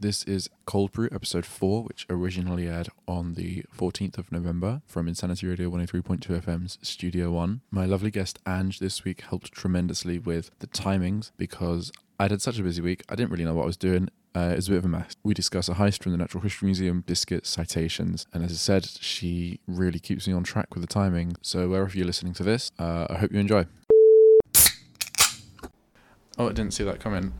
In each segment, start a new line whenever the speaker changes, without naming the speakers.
This is Cold Brew episode 4, which originally aired on the 14th of November from Insanity Radio 103.2 FM's Studio One. My lovely guest Ange this week helped tremendously with the timings because I'd had such a busy week, I didn't really know what I was doing. Uh, it was a bit of a mess. We discuss a heist from the Natural History Museum, discus, citations, and as I said, she really keeps me on track with the timing. So, wherever you're listening to this, uh, I hope you enjoy. Oh, I didn't see that coming.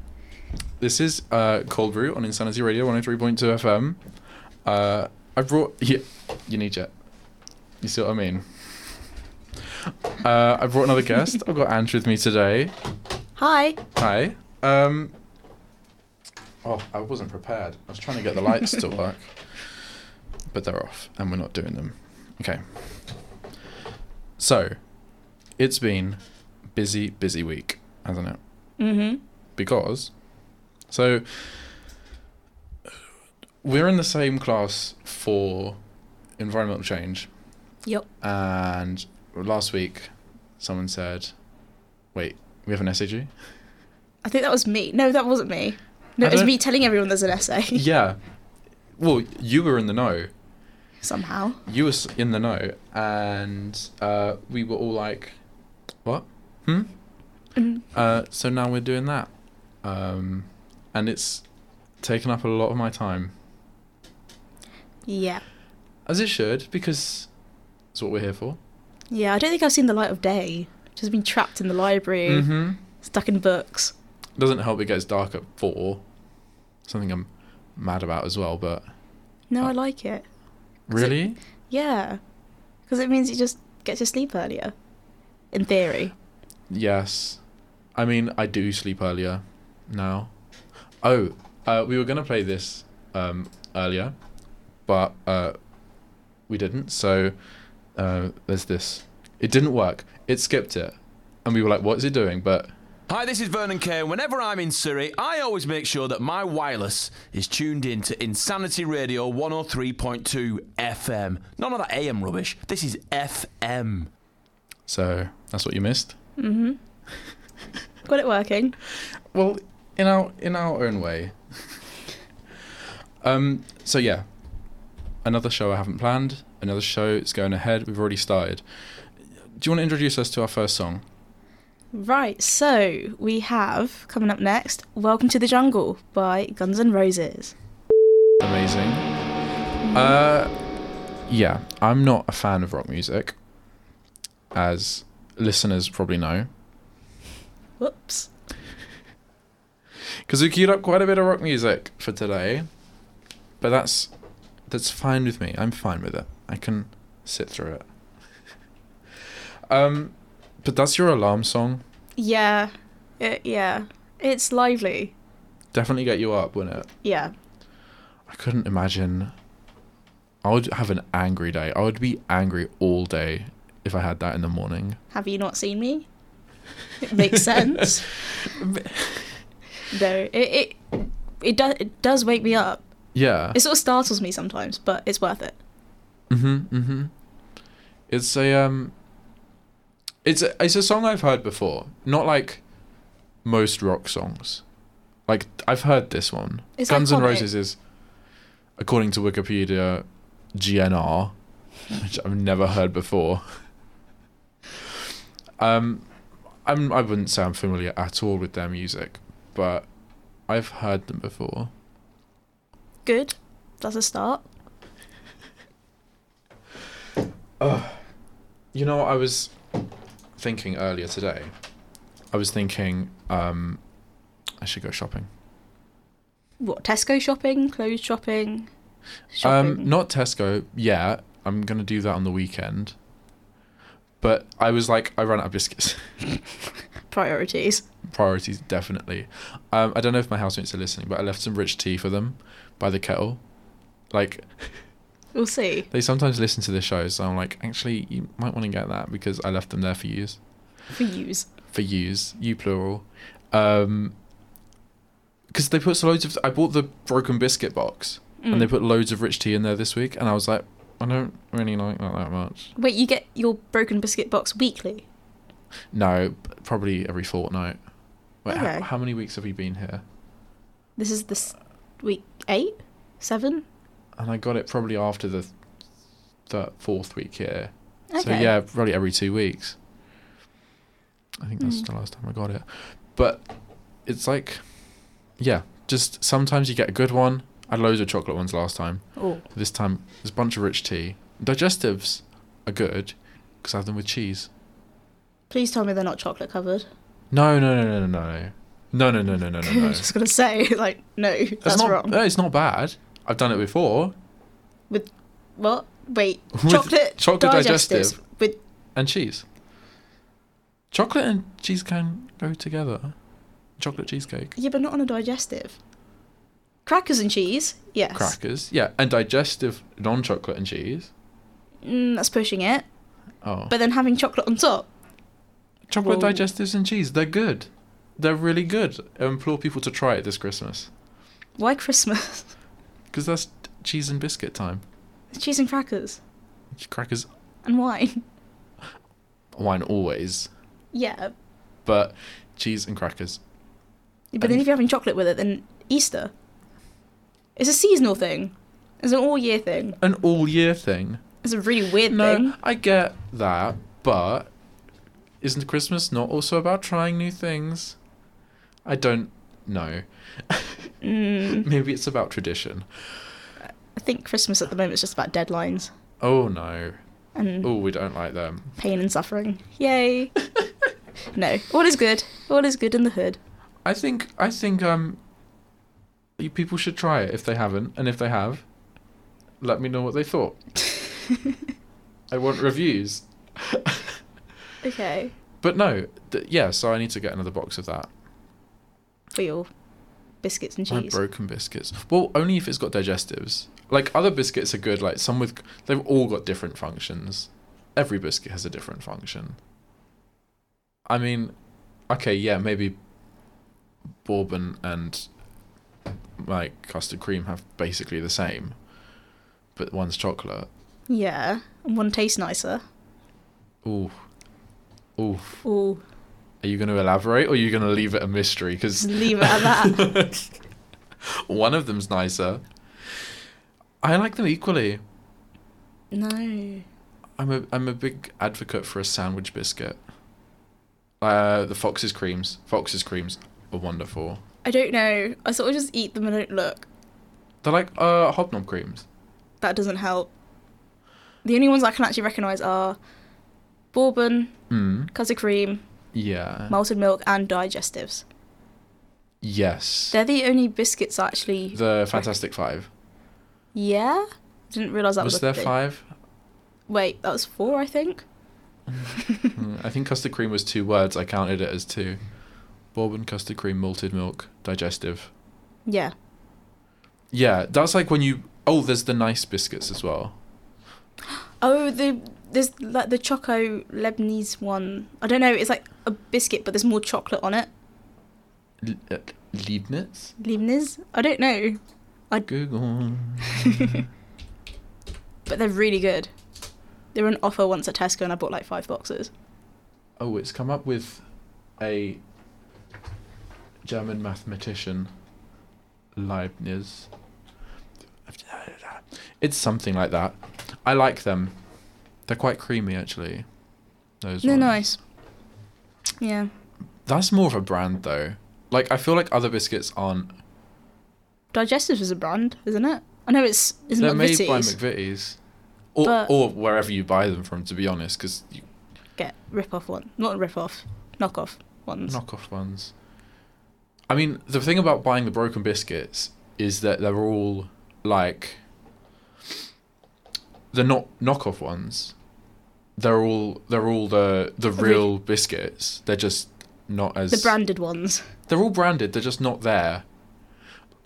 This is uh, Cold Brew on Insanity Radio 103.2 FM. Uh, I brought. Yeah, you need jet. You see what I mean? Uh, I brought another guest. I've got Andrew with me today.
Hi.
Hi. Um, oh, I wasn't prepared. I was trying to get the lights to work, but they're off, and we're not doing them. Okay. So, it's been busy, busy week, hasn't it?
Mm-hmm.
Because, so we're in the same class for environmental change,
Yep.
and last week someone said, "Wait, we have an SAG."
I think that was me. No, that wasn't me. No,
I
it was
don't-
me telling everyone there's an essay.
Yeah. Well, you were in the know.
Somehow.
You were s- in the know, and uh, we were all like, "What? Hmm."
Mm.
Uh, so now we're doing that, um, and it's taken up a lot of my time,
Yeah.
as it should, because it's what we're here for.
Yeah, I don't think I've seen the light of day. Just been trapped in the library,
Mm-hmm.
stuck in books.
Doesn't help it gets dark at four. Something I'm mad about as well, but
No,
Uh,
I like it.
really,
Yeah. Because it means you just get to sleep earlier. In theory.
yes. I mean, I do sleep earlier now. Oh, uh, we were gonna play this um, earlier, but uh, we didn't. So uh, there's this. It didn't work. It skipped it, and we were like, "What is it doing?" But
Hi, this is Vernon Kane. Whenever I'm in Surrey, I always make sure that my wireless is tuned in to Insanity Radio 103.2 FM. None of that AM rubbish. This is FM.
so that's what you missed.
Mm-hmm. Got it working.
Well, in our in our own way. um. So yeah, another show I haven't planned. Another show it's going ahead. We've already started. Do you want to introduce us to our first song?
Right, so we have coming up next Welcome to the Jungle by Guns N' Roses.
Amazing. Uh, yeah, I'm not a fan of rock music, as listeners probably know,
Whoops.
because we queued up quite a bit of rock music for today. But that's that's fine with me. I'm fine with it. I can sit through it. um, but that's your alarm song.
Yeah. It, yeah. It's lively.
Definitely get you up, wouldn't it?
Yeah.
I couldn't imagine. I would have an angry day. I would be angry all day if I had that in the morning.
Have you not seen me? It makes sense. no, it it, it does it does wake me up.
Yeah.
It sort of startles me sometimes, but it's worth it.
Mm-hmm. Mm-hmm. It's a um. It's a, it's a song I've heard before. Not like most rock songs. Like I've heard this one.
It's
Guns N'
iconic.
Roses is, according to Wikipedia, GNR, which I've never heard before. Um, I'm I wouldn't say I'm familiar at all with their music, but I've heard them before.
Good. That's a start.
You know, I was thinking earlier today. I was thinking um, I should go shopping.
What Tesco shopping, clothes shopping, shopping.
Um, not Tesco. Yeah, I'm gonna do that on the weekend. But I was like, I ran out of biscuits.
priorities.
Priorities definitely. Um, I don't know if my housemates are listening, but I left some rich tea for them by the kettle. Like
We'll see.
they sometimes listen to the show, so I'm like, actually, you might want to get that because I left them there for use.
For use.
for use, you plural. Um 'cause because they put loads of. I bought the broken biscuit box, and they
Mm.
put loads of rich tea in there this week, and I was like, I don't really like that that much.
Wait, you get your broken biscuit box weekly?
No, p- probably every fortnight. Wait, ho-
Okay.
how many weeks have we been here?
This is the s- week eight, seven.
and I got it probably after the the fourth week here. So
Okay.
yeah, probably every two weeks. I think that's
Mm.
the last time I got it. But it's like, yeah, just sometimes you get a good one. I had loads of chocolate ones last time.
Oh,
This time there's a bunch of rich tea. Digestives are good because I have them with cheese.
please tell me they're not chocolate covered.
No, no, no, no, no, no, no, no, no, no, no, no.
I
no.
was just gonna say, like, no, that's,
not,
wrong.
No, it's not bad. I've done it before.
what? Wait,
With
chocolate,
chocolate
digestives
digestive.
with
and cheese. Chocolate and cheese can go together. Chocolate cheesecake,
yeah, but not on a digestive. Crackers and cheese, yes.
crackers, yeah, and digestive non-chocolate and cheese.
Mm, that's pushing it.
Oh,
But then having chocolate on top.
chocolate
well-
digestives and cheese, they're good. They're really good. I implore people to try it this Christmas
Why Christmas?
because that's cheese and biscuit time.
cheese and crackers
Crackers,
and wine.
wine always,
Yeah,
but cheese and crackers.
but then if you're having chocolate with it, then Easter. It's a seasonal thing. It's an all year thing.
An all-year thing.
It's a really weird thing.
No, I get that, but isn't Christmas not also about trying new things? I don't know.
Mm,
Maybe it's about tradition.
I think Christmas at the moment is just about deadlines
Oh no.
and
Oh, we don't like them.
pain and suffering. Yay. no, all is good. All is good in the hood.
I think I think um you people should try it if they haven't, and if they have, let me know what they thought. I want reviews.
Okay.
But no, th- yeah, so I need to get another box of that.
For your biscuits and
My
cheese.
broken biscuits. Well, only if it's got digestives. Like other biscuits are good. Like some with, they've all got different functions. Every biscuit has a different function. I mean, okay, yeah, maybe bourbon and like custard cream have basically the same, but one's chocolate.
Yeah. And one tastes nicer.
Ooh, ooh.
Ooh,
Are you going to elaborate, or are you going to leave it a mystery? Because
just leave it at that.
one of them's nicer. I like them equally.
no.
I'm a I'm a big advocate for a sandwich biscuit. Uh, the Fox's creams, Fox's creams are wonderful.
I don't know. I sort of just eat them and don't look.
They're like uh hobnob creams.
That doesn't help. The only ones I can actually recognise are bourbon,
Mm.
custard cream,
Yeah.
malted milk, and digestives.
yes.
They're the only biscuits I actually.
The Fantastic Five.
Yeah? Didn't realise that was,
Was
a
there
thing.
five?
Wait, that was four, I think.
Mm, I think custard cream was two words. I counted it as two. Bourbon, custard cream, malted milk, digestive.
Yeah.
Yeah, that's like when you. Oh, there's the nice biscuits as well.
Oh, the there's like the choco Lebanese one. I don't know. It's like a biscuit, but there's more chocolate on it.
L- uh, Leibniz.
Lebanese? I don't know,
Google.
but they're really good. They were on offer once at Tesco, and I bought like five boxes.
Oh, it's come up with a German mathematician, Leibniz. It's something like that. I like them. They're quite creamy, actually. Those
They're
ones.
nice. Yeah.
That's more of a brand, though. Like, I feel like other biscuits aren't.
Digestives is a brand, isn't it? I know it's isn't
They're made
it
by
Vitties?
McVitie's. Or,
But-
or wherever you buy them from, to be honest, because
Get rip off one, not rip off, knock off ones.
knockoff ones. I mean, the thing about buying the broken biscuits is that they're all like they're not knockoff ones. They're all they're all the the
Really?
real biscuits. They're just not as
The branded ones.
They're all branded. They're just not there,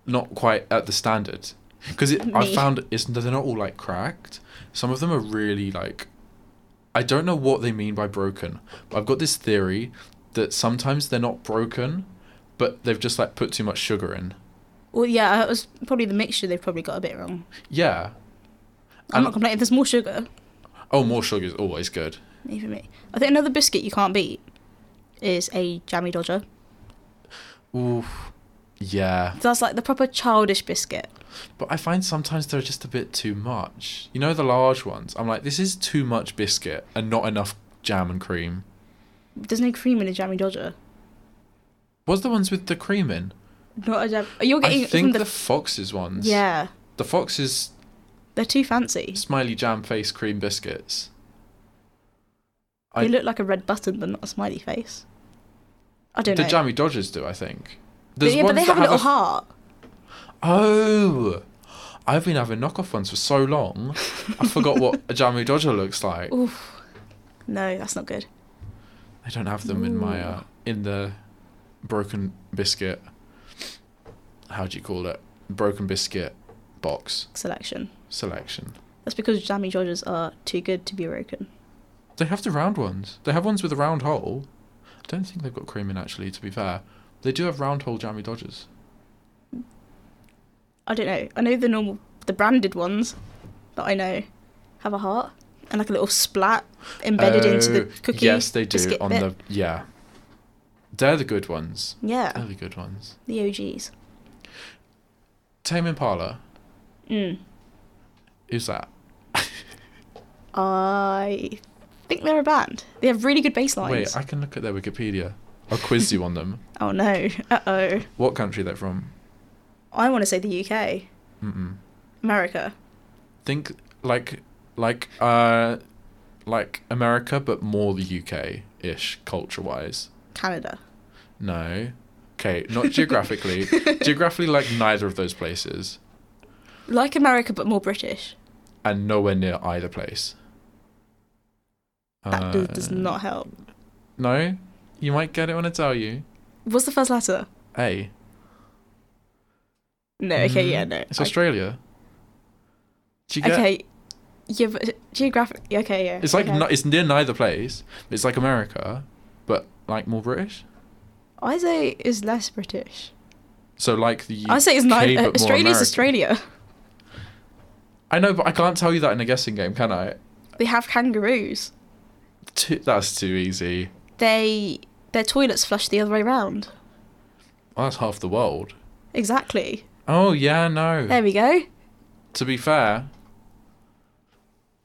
not quite at the standard. Because I
Me.
found it's they're not all like cracked. Some of them are really like I don't know what they mean by broken. But I've got this theory that sometimes they're not broken, but they've just like put too much sugar in.
Well, yeah, it was probably the mixture. They've probably got a bit wrong.
Yeah.
I'm not complaining. There's more sugar.
Oh, more sugar is always good.
Even me. I think another biscuit you can't beat is a jammy dodger.
Ooh, Yeah.
That's like the proper childish biscuit.
But I find sometimes they're just a bit too much. You know, the large ones. I'm like, this is too much biscuit and not enough jam and cream.
There's no cream in a jammy dodger.
What's the ones with the cream in?
Not a jam. You're getting
I think
from
the,
the,
Fox's ones.
yeah.
The Fox's
They're too fancy.
smiley jam face cream biscuits. I-
They look like a red button, but not a smiley face. I don't
The
know.
Jammy Dodgers do, I think.
But
There's
yeah, but
ones
they
that
have a little
a-
heart.
Oh, I've been having knockoff ones for so long. I forgot what a Jammy Dodger looks like.
Oof. No, that's not good.
I don't have them in my uh, in the broken biscuit. How do you call it? Broken biscuit box
Selection.
selection.
That's because jammy dodgers are too good to be broken.
They have the round ones. They have ones with a round hole. I don't think they've got cream in actually. To be fair, they do have round hole jammy dodgers.
I don't know. I know the normal, the branded ones that I know have a heart and like a little splat embedded into the
Oh,
cookie.
Yes, they do.
biscuit
On
bit.
the yeah, they're the good ones. They're
yeah,
the good ones.
the OGs.
Tame Impala.
Mm.
Who's that?
I think they're a band. They have really good bass lines.
Wait, I can look at their Wikipedia. I'll quiz you on them.
Oh no. Uh oh.
What country they're from?
I want to say the UK,
Mm-mm.
America.
Think like like uh like America, but more the UK ish culture wise.
Canada.
No. Okay, not geographically. geographically, like neither of those places,
Like America, but more British.
and nowhere near either place.
That
Uh,
does, does not help.
No, you might get it when I tell you.
What's the first letter?
A.
No, okay,
Mm,
yeah, no.
It's
I-
Australia. Do you get?
okay. Yeah, but geographic. Okay, yeah.
It's like
okay.
no, it's near neither place. But it's like America, but like more British.
I say is less British.
So like the
I say it's not.
UK,
Uh,
but more
Australia's
American.
Australia.
I know, but I can't tell you that in a guessing game, can I?
They have kangaroos.
Too, that's too easy.
They their toilets flush the other way round.
Well, that's half the world.
Exactly.
Oh yeah, no.
There we go.
to be fair,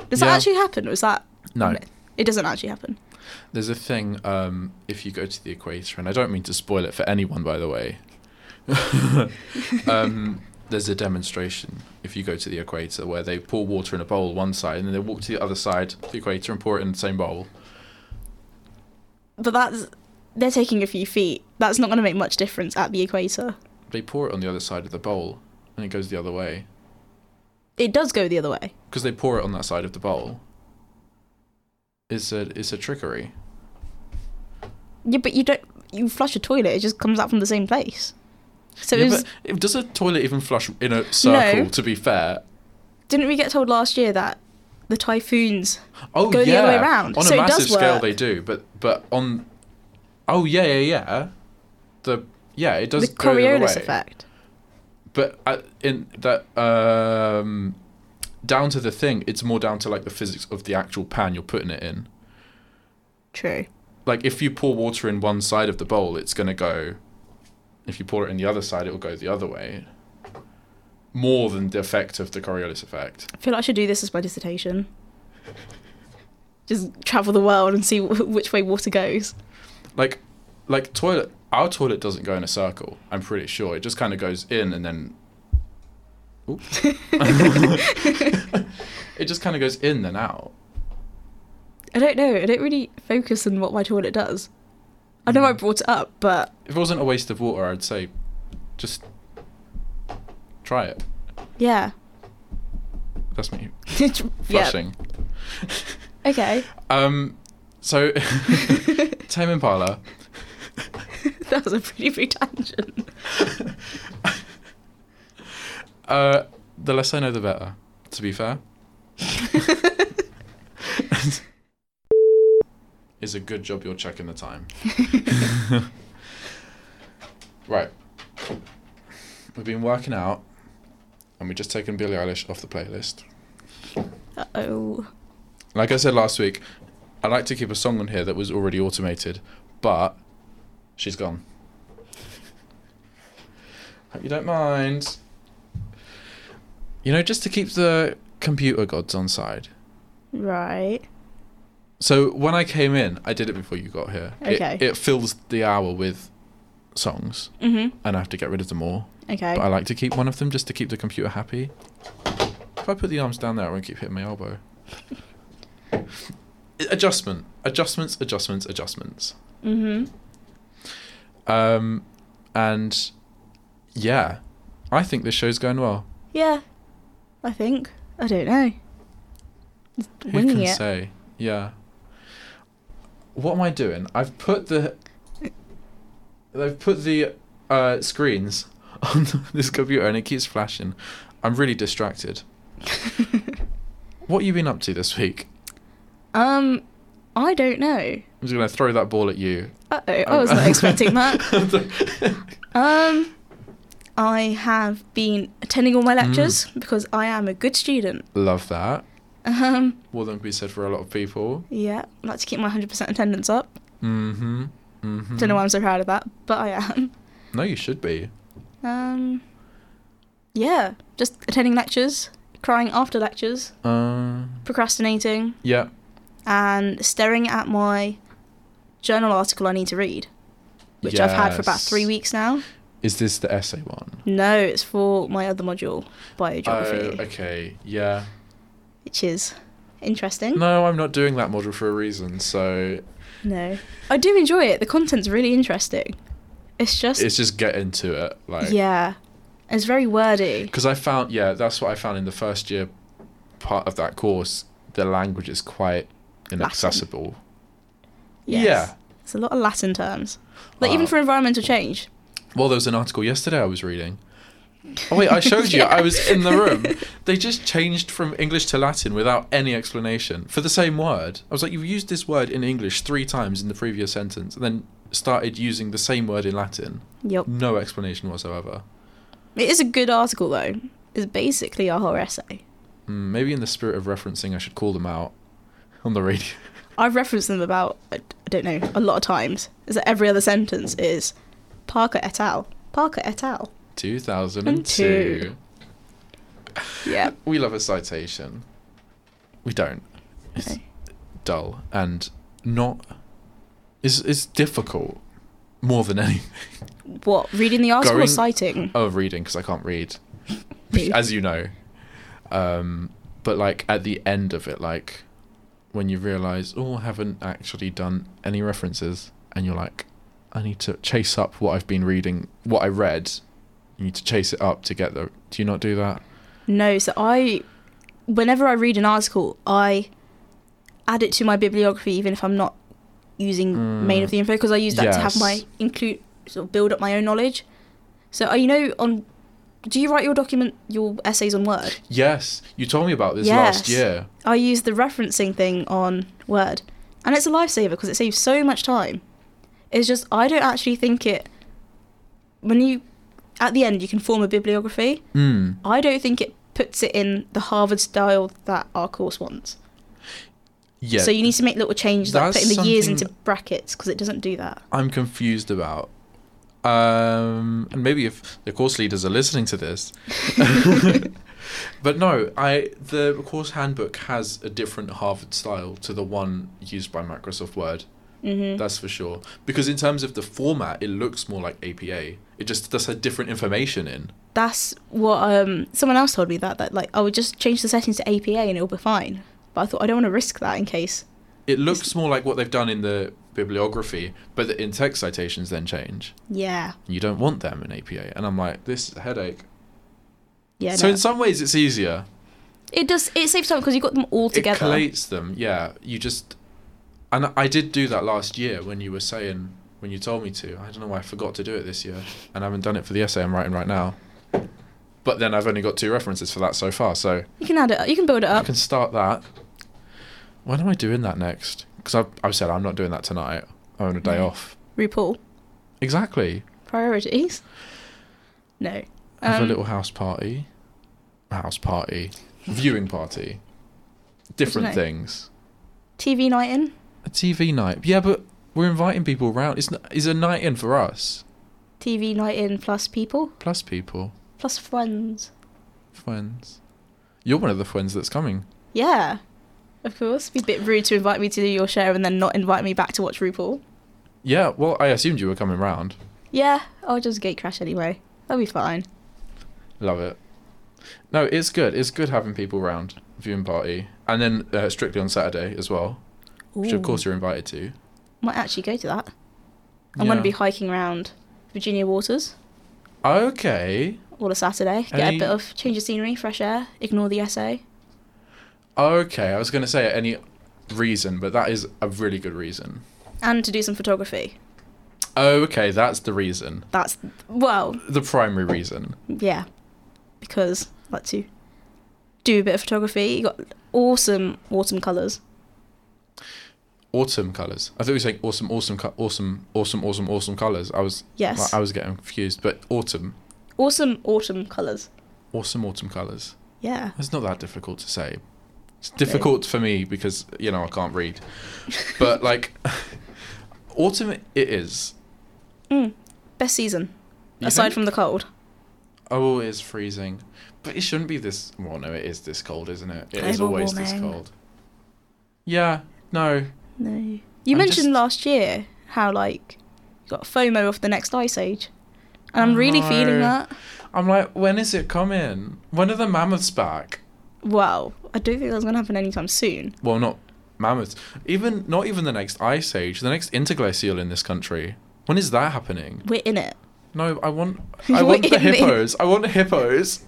Does that
Yeah.
actually happen? Or is that
no.
It doesn't actually happen.
There's a thing. Um, if you go to the equator, and I don't mean to spoil it for anyone, by the way. um, there's a demonstration if you go to the equator where they pour water in a bowl one side, and then they walk to the other side of the equator and pour it in the same bowl.
But that's they're taking a few feet. That's not going to make much difference at the equator.
They pour it on the other side of the bowl, and it goes the other way
It does go the other way.
because they pour it on that side of the bowl. It's a it's a trickery.
Yeah, but you don't. You flush a toilet. It just comes out from the same place. So
Yeah,
it was,
but if- does a toilet even flush in a circle? To be fair,
didn't we get told last year that the typhoons?
oh
Go
yeah,
the other way round.
on
So
a
it does
massive scale
work.
they do, but but on, oh yeah yeah yeah, the yeah it does
the
go the other way.
Coriolis effect.
But uh, in that um, down to the thing, it's more down to like the physics of the actual pan you're putting it in.
True.
like if you pour water in one side of the bowl, it's gonna go. If you pour it in the other side, it will go the other way. More than the effect of the Coriolis effect.
I feel like I should do this as my dissertation. Just travel the world and see wh- which way water goes.
Like, like toilet. Our toilet doesn't go in a circle. I'm pretty sure it just kind of goes in and then. Oop. it just kind of goes in and out.
I don't know. I don't really focus on what my toilet does. I
Hmm.
know I brought it up, but
If it wasn't a waste of water, I'd say, just try it.
yeah.
That's me
yeah.
flushing.
Okay.
Um, so Tame Impala.
That was a pretty big tangent.
Uh, the less I know, the better. To be fair, it's a good job you're checking the time. right, we've been working out, and we've just taken Billie Eilish off the playlist.
Uh oh.
Like I said last week, I like to keep a song on here that was already automated, but she's gone. Hope you don't mind. You know, just to keep the computer gods on side.
Right.
So when I came in, I did it before you got here. It-
Okay.
It, fills the hour with songs,
Mhm.
and I have to get rid of them all.
Okay.
But I like to keep one of them just to keep the computer happy. If I put the arms down there, I won't keep hitting my elbow. Adjustment, adjustments, adjustments, adjustments.
Mhm.
Um, and yeah, I think this show's going well.
Yeah. I think. I don't know. Just
Who
Winging
can
it.
say? Yeah. What am I doing? I've put the. I've put the uh, screens on this computer and it keeps flashing. I'm really distracted. what you been up to this week?
Um, I don't know.
I'm just gonna throw that ball at you.
Uh oh, I was not expecting that. Um, I have been attending all my
Mm.
lectures because I am a good student.
Love that.
Um,
More than can be said for a lot of people.
yeah, I like to keep my 100% attendance up.
Mm-hmm. Mm-hmm.
Don't know why I'm so proud of that, but I am.
No, you should be.
Um, yeah, just attending lectures, crying after lectures,
Uh,
procrastinating,
yeah.
and staring at my journal article I need to read, which I've had for about
Yes.
three weeks now.
Is this the essay one?
No, it's for my other module,
Oh,
biogeography,
okay. Yeah.
which is interesting.
No, I'm not doing that model for a reason. So
No. I do enjoy it. The content's really interesting. It's just
it's just get into it, like
yeah. It's very wordy.
Because I found, yeah, that's what I found in the first year part of that course. The language is quite inaccessible.
Yes. It's a lot of Latin terms. Like even
Wow.
for environmental change.
Yeah. Well, there was an article yesterday I was reading. Oh wait, I showed you. I was in the room. They just changed from English to Latin without any explanation for the same word. I was like, you've used this word in English three times in the previous sentence, and then started using the same word in Latin.
Yep.
No explanation whatsoever.
It is a good article though. It's basically our whole essay.
Mm, Maybe in the spirit of referencing, I should call them out on the radio.
I've referenced them about I I don't know, a lot of times. Is that every other sentence is Parker et al. Parker et al.
2002.
Yeah.
We love a citation. We don't. It's
Okay.
dull and not. It's, it's difficult more than any
What? Reading the article
Going-
or citing?
of reading because I can't read,
Me.
as you know. Um, but like at the end of it, like when you realize, oh, I haven't actually done any references, and you're like, I need to chase up what I've been reading, what I read. You need to chase it up to get the. Do you not do that?
No, so I, whenever I read an article, I add it to my bibliography, even if I'm not using main of the info, because I use that to have my
Yes.
include sort of build up my own knowledge. So uh, you know, on do you write your document your essays on Word?
Yes, you told me about this last
Yes.
year.
I use the referencing thing on Word, and it's a lifesaver because it saves so much time. It's just I don't actually think it. When you, at the end, you can form a bibliography.
Mm.
I don't think it puts it in the Harvard style that our course wants.
Yeah.
So you need to make little changes, like
That's
putting the years
something-
into brackets, because it doesn't do that.
I'm confused about. Um, and maybe if the course leaders are listening to this, but no, I the course handbook has a different Harvard style to the one used by Microsoft Word.
hmm
That's for sure. Because in terms of the format, it looks more like APA. It just does have different information in.
That's what um, someone else told me that that like I would just change the settings to APA and it'll be fine. But I thought I don't want to risk that in case.
It looks more like what they've done in the bibliography, but the in text citations then change.
Yeah,
You don't want them in APA, and I'm like, this is a headache.
yeah.
so
no.
in some ways, it's easier.
it does. It saves time because you got them all
it
together.
collates them yeah you just and i did do that last year when you were saying when you told me to i don't know why i forgot to do it this year and i haven't done it for the essay i'm writing right now but then i've only got two references for that so far so
you can add it. You can build it
i
up.
can start that when am i doing that next because I've, I've said i'm not doing that tonight i want a day
Mm.
off
RuPaul
exactly
priorities. No.
have a
Um,
little house party house party viewing party different
know.
things
TV night in.
A TV night. Yeah, but we're inviting people around. It's, n- it's a night in for us.
TV night in plus people
Plus people,
plus friends.
friends. You're one of the friends that's coming.
Yeah, of course. Be a bit rude to invite me to do your show and then not invite me back to watch RuPaul.
Yeah, well, I assumed you were coming round.
Yeah, I'll just gate crash anyway. I'll be fine.
Love it. No, it's good. It's good having people round, viewing party. And then uh, strictly on Saturday as well, which of course you're invited to.
might actually go to that. I'm going
Yeah.
to be hiking around Virginia Waters
Okay.
all a Saturday. Get
Any-
a bit of change of scenery, fresh air. Ignore the essay.
Okay. I was going to say any reason, but that is a really good reason.
and to do some photography.
Okay, that's the reason.
That's well,
The primary reason.
yeah, because I like to do a bit of photography. You got awesome autumn colours.
Autumn colors. I thought you were saying awesome, awesome, co- awesome, awesome, awesome, awesome colors. I was,
Yes,
I was getting confused. But autumn,
awesome autumn colours.
awesome, autumn colors.
Yeah,
It's not that difficult to say. It's difficult for me because you know I can't read, but like autumn, it is.
best season
You
aside
think?
from the cold.
oh, it's freezing, but it shouldn't be this. Well, no, it is this cold, isn't it? It is
Global
always this
warming.
cold. Yeah. No.
No, you
I'm
mentioned
just-
last year how like you got FOMO off the next ice age, and I'm really
No.
feeling that.
I'm like, when is it coming? When are the mammoths back?
Well, I don't think that's gonna happen anytime soon.
Well, not mammoths. Even not even the next ice age, the next interglacial in this country. When is that happening?
We're in it.
No, I want I
You're
want the
in it.
hippos. I want hippos.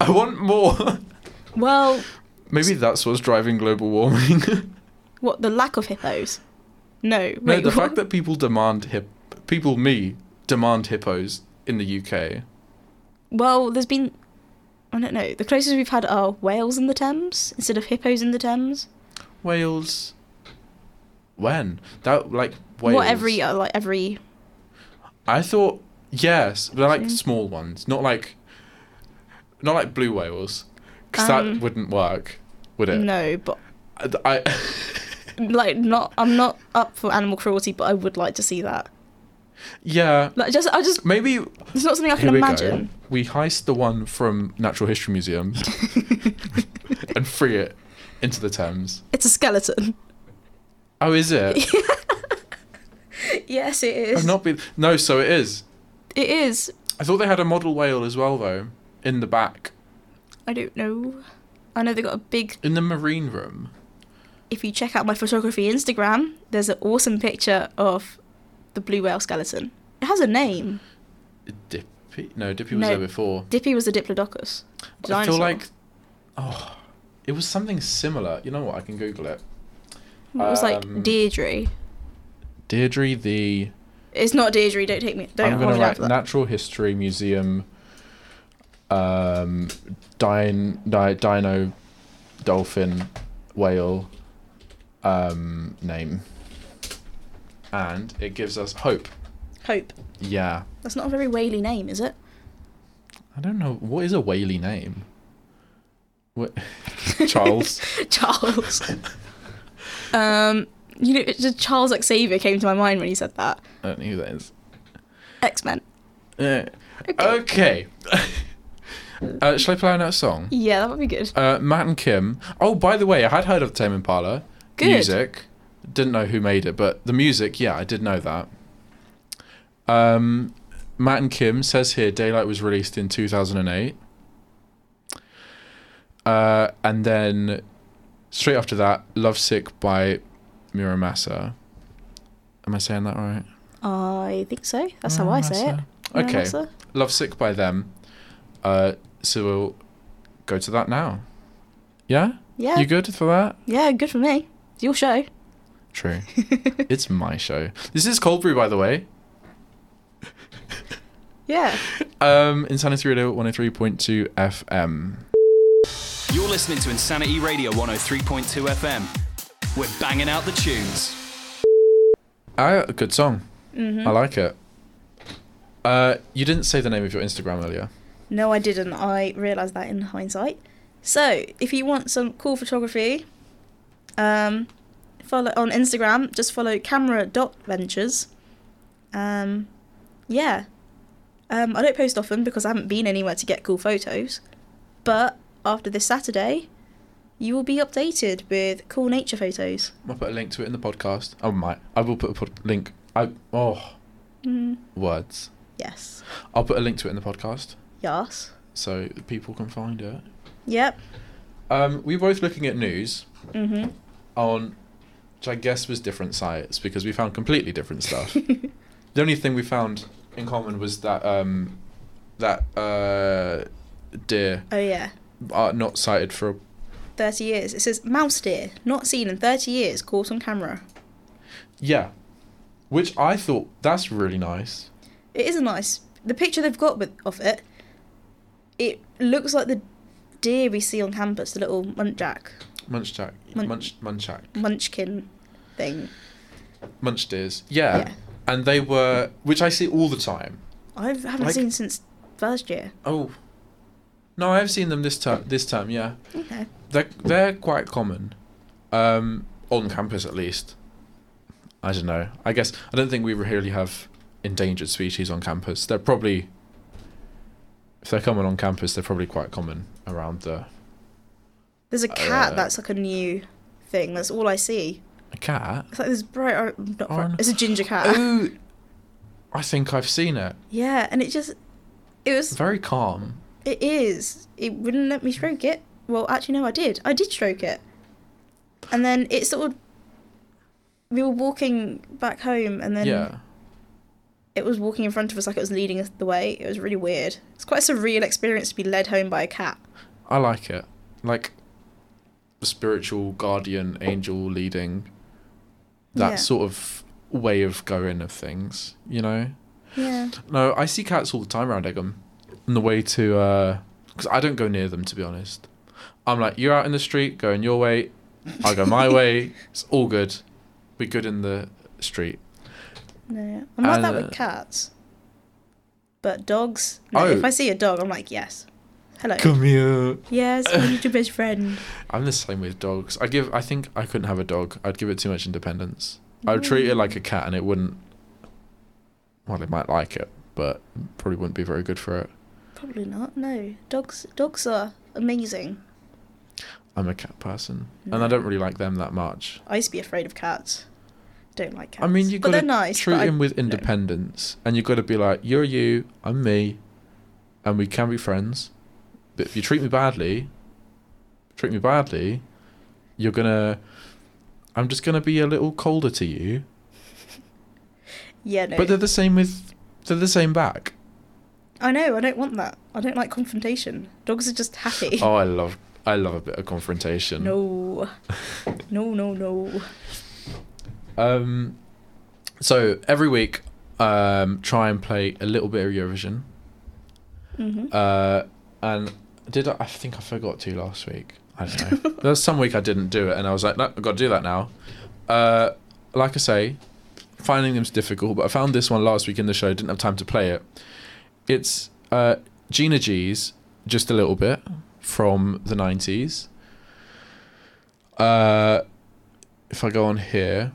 I want more.
Well,
Maybe that's what's driving global warming.
what the lack of hippos? No,
no,
wait,
the
what?
fact that people demand hip people me demand hippos in the UK.
Well, there's been. I don't know. The closest we've had are whales in the Thames instead of hippos in the Thames.
Wales when? That like
What
Wales.
every uh, like every
I thought yes, but like
Soon.
small ones, not like not like blue whales, because
Um,
that wouldn't work, would it?
no, but
I, I-
like not. I'm not up for animal cruelty, but I would like to see that.
yeah,
Like just, I just.
maybe.
It's not something I
Here
can
we
imagine.
go. We heist the one from Natural History Museum and free it into the Thames.
It's a skeleton.
Oh, is it?
yes, it
I've
is.
not been. No, so it is.
It is.
I thought they had a model whale as well, though, in the back,
I don't know. I know they got a big.
in the marine room.
If you check out my photography Instagram, there's an awesome picture of the blue whale skeleton. It has a name.
Dippy? No, Dippy was
No.
there before.
Dippy was a diplodocus.
I feel
Dinosaur.
like, oh, it was something similar. You know what? I can Google it.
It was
Um,
like Deirdre.
Deirdre the.
It's not Deirdre. Don't take me. Don't
I'm going
hold
to
me down
write
for that.
Natural History Museum. Um, din, di, dino, dolphin, whale, um, name, and it gives us hope.
Hope.
Yeah,
That's not a very whaley name, is it?
I don't know what is a whaley name. What? Charles.
Charles. um, you know, it's just Charles Xavier came to my mind when you said that.
I don't know who that is.
X Men.
Eh.
Okay.
Okay. uh, shall I play another song?
yeah, that would be good.
Uh, Matt and Kim. Oh, by the way, I had heard of Tame Impala.
Good.
Music. Didn't know who made it, but the music, yeah, I did know that. Um, Matt and Kim says here Daylight was released in 2008. Uh, and then straight after that, Lovesick by Muramasa. Am I saying that right?
I think so. That's how I say
Muramasa.
it.
Mm, Okay.
Muramasa?
Lovesick by them. Uh, so we'll go to that now. Yeah?
Yeah.
You good for that?
yeah. Good for me. It's your show.
True. it's my show. This is Cold Brew, by the way.
Yeah.
Um, Insanity Radio 103.2 FM.
You're listening to Insanity Radio 103.2 FM. We're banging out the tunes.
Ah, good song. I like it. Uh, you didn't say the name of your Instagram earlier.
No, I didn't. I realised that in hindsight. So, if you want some cool photography, um, follow on Instagram. Just follow camera dot ventures. Um, yeah, Um, I don't post often because I haven't been anywhere to get cool photos. But after this Saturday, you will be updated with cool nature photos.
I'll put a link to it in the podcast. I might. I will put a pod- link. I oh
Mm,
words.
yes.
I'll put a link to it in the podcast
Yes.
so people can find it.
Yep.
Um, we were both looking at news
hmm
on, which I guess was different sites because we found completely different stuff. the only thing we found in common was that um, that uh, deer
Oh, yeah.
are not cited for. A,
30 years. It says mouse deer, not seen in 30 years, caught on camera.
yeah, which I thought that's really nice.
It is a nice. The picture they've got with, of it, it looks like the deer we see on campus, the little muntjac,
Munchjack,
Mun-
munch, munchjack,
munchkin thing.
munch deers. Yeah.
Yeah.
and they were, which I see all the time.
I haven't
Like-
seen since first year.
Oh, no, I've seen them this term. This term, yeah.
Okay.
they're they're quite common, um, on campus at least. I don't know. I guess I don't think we really have endangered species on campus. They're probably if they're common on campus, they're probably quite common around the
There's a cat
Uh,
that's like a new thing. That's all I see.
a cat.
It's like this bright, or- not bright-
On- Oh.
It's a ginger cat.
Ooh, I think I've seen it.
yeah, and it just, it was,
Very calm.
it is. It wouldn't let me stroke it. Well, actually, no, I did. I did stroke it. And then it sort of, we were walking back home, and then
yeah.
it was walking in front of us like it was leading us the way. It was really weird. It's quite a surreal experience to be led home by a cat.
I like it. Like the spiritual guardian angel leading that
Yeah.
sort of way of going of things, you know?
Yeah.
No, I see cats all the time around Egham. On the way to, because I don't go near them to be honest. I'm like, you're out in the street, going your way. I go my way. It's all good. We're good in the street.
No, I'm like that
And,
with
uh,
cats. But dogs, no,
Oh.
if I see a dog, I'm like, yes, hello,
here.
yes, I need your best friend.
I'm the same with dogs. I give. I think I couldn't have a dog. I'd give it too much independence. I would treat it like a
Mm.
cat, and it wouldn't. Well, it might like it, but probably wouldn't be very good for it.
Probably not. No, dogs, dogs are amazing.
I'm a cat person, and I don't really like them that much.
I used to be afraid of cats. Don't like cats.
I mean, you
but
got to
they're nice.
treat
but I-
him with independence, and you got to be like, "You're you, I'm me, and we can be friends." But if you treat me badly, treat me badly, you're gonna. I'm just gonna be a little colder to you,
yeah, no.
but they're the same with. They're the same back.
I know. I don't want that. I don't like confrontation. Dogs are just happy.
Oh, I love. I love a bit of confrontation.
No, no, no, no.
Um, so every week, um, try and play a little bit of Eurovision.
hmm
Uh, and did I, I think I forgot to last week. I don't know. there was some week I didn't do it, and I was like, no, I've got to do that now. Uh, like I say, finding them's difficult, but I found this one last week in the show. Didn't have time to play it. It's uh, Gina G's just a little bit from the nineties. Uh, if I go on here,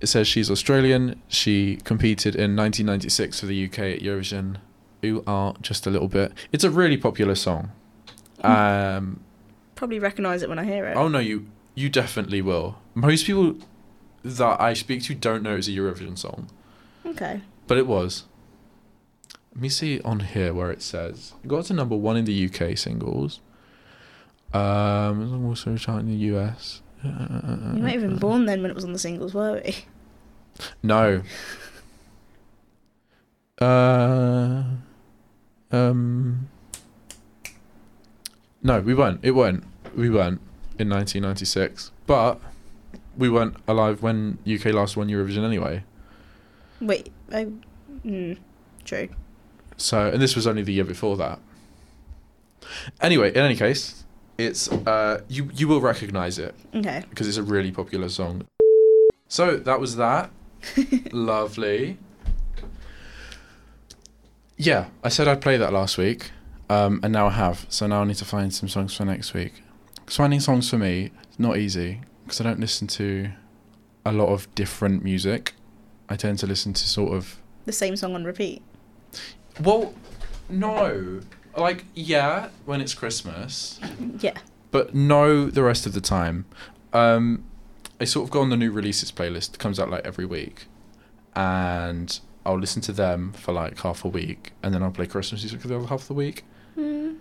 it says she's Australian. She competed in 1996 for the UK at Eurovision who are just a little bit. It's a really popular song. Um,
Probably recognise it when I hear it.
oh no, you you definitely will. Most people that I speak to don't know it's a Eurovision song,
Okay.
but it was. Let me see on here where it says it got to number one in the UK singles. Um, it was also a chart in the US. Uh,
We weren't even born then when it was on the singles, were we?
No. Uh, um, no, we weren't. It weren't. We weren't in 1996. But we weren't alive when UK last won Eurovision anyway.
Wait, I. Mm, true.
So, and this was only the year before that. Anyway, in any case, it's uh, you you will recognise it
Okay.
because it's a really popular song. So that was that. Lovely. Yeah, I said I'd play that last week, um, and now I have. So now I need to find some songs for next week. 'Cause finding songs for me is not easy because I don't listen to a lot of different music. I tend to listen to sort of
The same song on repeat.
Well, no. Like, yeah, when it's Christmas,
Yeah.
but no the rest of the time. Um, I sort of go on the new releases playlist, comes out like every week, and I'll listen to them for like half a week, and then I'll play Christmas music for the other half of the week.
Mm,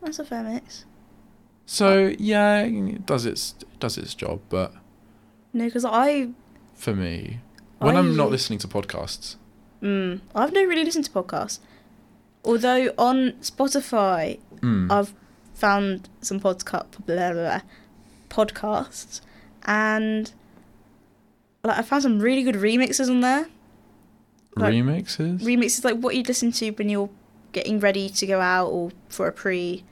that's a fair mix.
So yeah, it does its does its job, but
No, because I,
for me, when
I
I'm not
usually-
listening to podcasts,
mm, I've never really listened to podcasts. Although on Spotify,
mm,
I've found some podca- blah, blah, blah, podcasts, and like I found some really good remixes on there. like,
remixes.
Remixes like what you listen to when you're getting ready to go out or for a pre,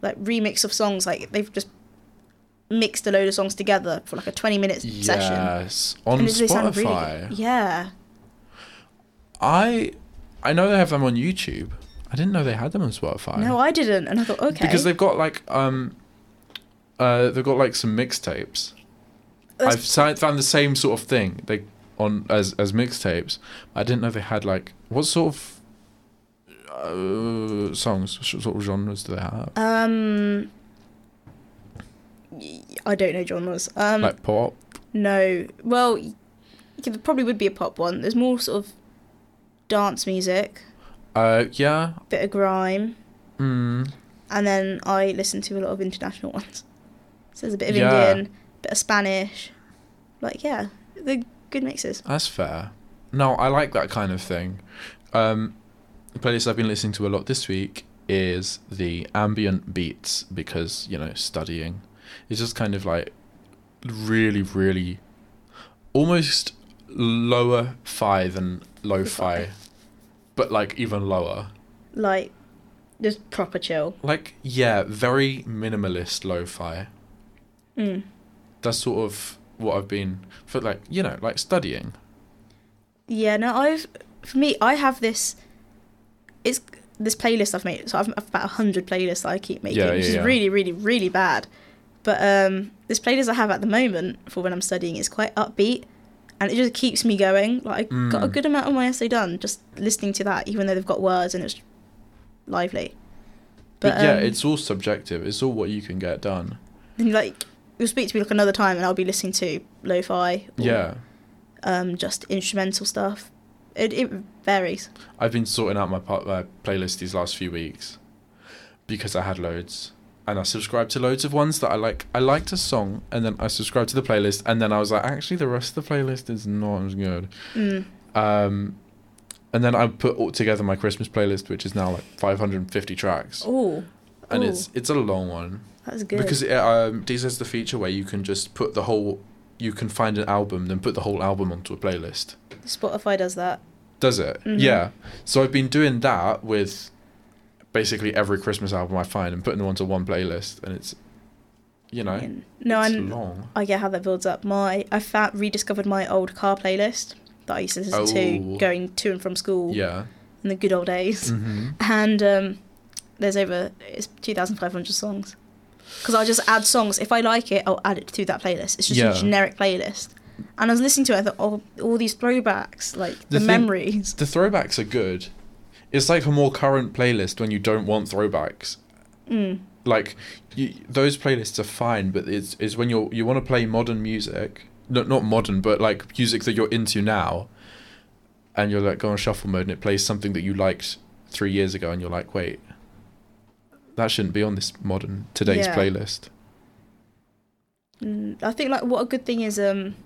like remix of songs. Like they've just mixed a load of songs together for like a 20 minute session.
yes, on
they sound really
Spotify.
good. yeah.
I I know they have them on YouTube. I didn't know they had them on Spotify.
No, I didn't, and I thought okay.
because they've got like um uh they've got like some mixtapes.
That's-
I've si- found the same sort of thing they on as as mixtapes. I didn't know they had like what sort of uh, songs, what sort of genres do they have?
um, y- I don't know genres. Um,
like pop.
No. Well, y- there probably would be a pop one. There's more sort of dance music,
Uh, yeah.
bit of grime,
Mm,
and then I listen to a lot of international ones. So there's a bit of
Yeah.
Indian, bit of Spanish. Like, yeah, they're good mixes.
that's fair. No, I like that kind of thing. Um, the playlist I've been listening to a lot this week is the ambient beats because you know studying. It's just kind of like really, really, almost lower fi than lo-fi,
Lo-fi.
but like even lower.
Like, just proper chill.
Like yeah, very minimalist lo-fi.
Mm.
That's sort of what I've been for like you know like studying.
Yeah, no, I've for me, I have this. It's this playlist I've made. So I've, I've about hundred playlists that I keep making,
Yeah,
which
yeah,
is
yeah.
really, really, really bad. But um, this playlist I have at the moment for when I'm studying is quite upbeat, and it just keeps me going. Like I got a
Mm.
good amount of my essay done just listening to that, even though they've got words and it's lively.
But, yeah,
um,
it's all subjective. It's all what you can get done.
and, like you'll speak to me like another time, and I'll be listening to lo-fi. Or,
Yeah.
Um, just instrumental stuff. It it varies.
I've been sorting out my, part, my playlist these last few weeks because I had loads. And I subscribed to loads of ones that I like. I liked a song, and then I subscribed to the playlist, and then I was like, actually, the rest of the playlist is not as good.
Mm.
Um, and then I put all together my Christmas playlist, which is now like 550 tracks,
Oh.
and it's it's a long one
That's good.
because it, um, Deezer has the feature where you can just put the whole, you can find an album, then put the whole album onto a playlist.
Spotify does that.
Does it?
Mhm.
Yeah. So I've been doing that with basically every Christmas album I find and putting them onto one playlist, and it's, you know,
And- no,
it's
and
long.
I get how that builds up. My I found rediscovered my old car playlist that I used to listen
Oh.
to going to and from school
Yeah.
in the good old days.
Mm-hmm.
And um, there's over it's 2,500 songs. Because I'll just add songs if I like it, I'll add it to that playlist. It's just
Yeah.
a generic playlist. And I was listening to it, I thought, oh, all these throwbacks, like
The
the,
thing-
memories.
The throwbacks are good. It's like a more current playlist when you don't want throwbacks.
Mm.
Like you, those playlists are fine, but it's it's when you're you want to play modern music, no, not modern, but like music that you're into now, and you're like go on shuffle mode and it plays something that you liked three years ago, and you're like, wait, that shouldn't be on this modern today's
Yeah.
playlist.
Mm. I think like what a good thing is um,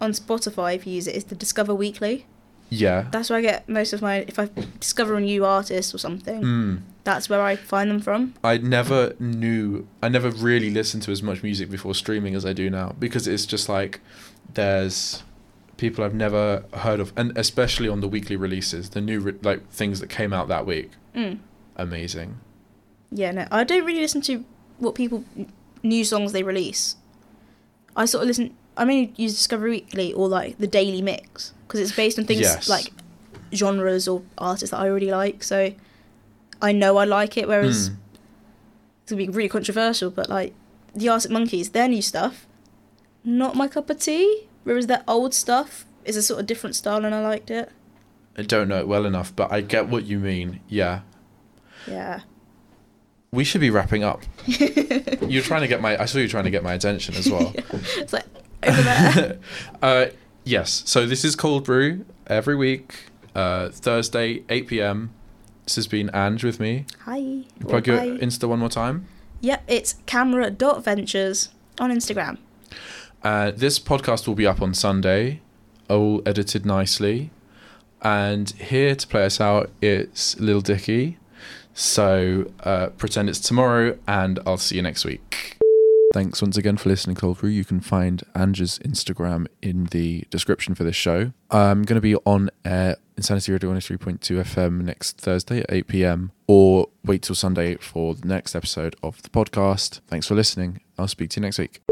on Spotify if you use it is the Discover Weekly.
Yeah.
That's where I get most of my. If I discover a new artist or something,
Mm.
that's where I find them from.
I never knew I never really listened to as much music before streaming as I do now because it's just like there's people I've never heard of and especially on the weekly releases the new re- like things that came out that week
Mm.
amazing
Yeah, no, I don't really listen to what people new songs they release. I sort of listen. I mainly use Discover Weekly or like the Daily Mix because it's based on things
Yes.
like genres or artists that I already like. So I know I like it. Whereas
Mm.
it's gonna be really controversial, but like the Arctic Monkeys, their new stuff, not my cup of tea. Whereas their old stuff is a sort of different style, and I liked it.
I don't know it well enough, but I get what you mean. Yeah.
Yeah.
We should be wrapping up. You're trying to get my. I saw you trying to get my attention as well.
It's like over there.
Uh, yes. So this is Cold Brew every week, uh, Thursday, 8 p.m. This has been Ange with me.
Hi. Or
Plug your
bye.
Insta one more time.
Yep, it's camera.ventures on Instagram.
Uh, this podcast will be up on Sunday, all edited nicely. And here to play us out, it's Lil Dicky. So uh, pretend it's tomorrow, and I'll see you next week. Thanks once again for listening, Cold Brew. You can find Ange's Instagram in the description for this show. I'm going to be on air Insanity Radio 103.2 FM next Thursday at 8 p.m. or wait till Sunday for the next episode of the podcast. Thanks for listening. I'll speak to you next week.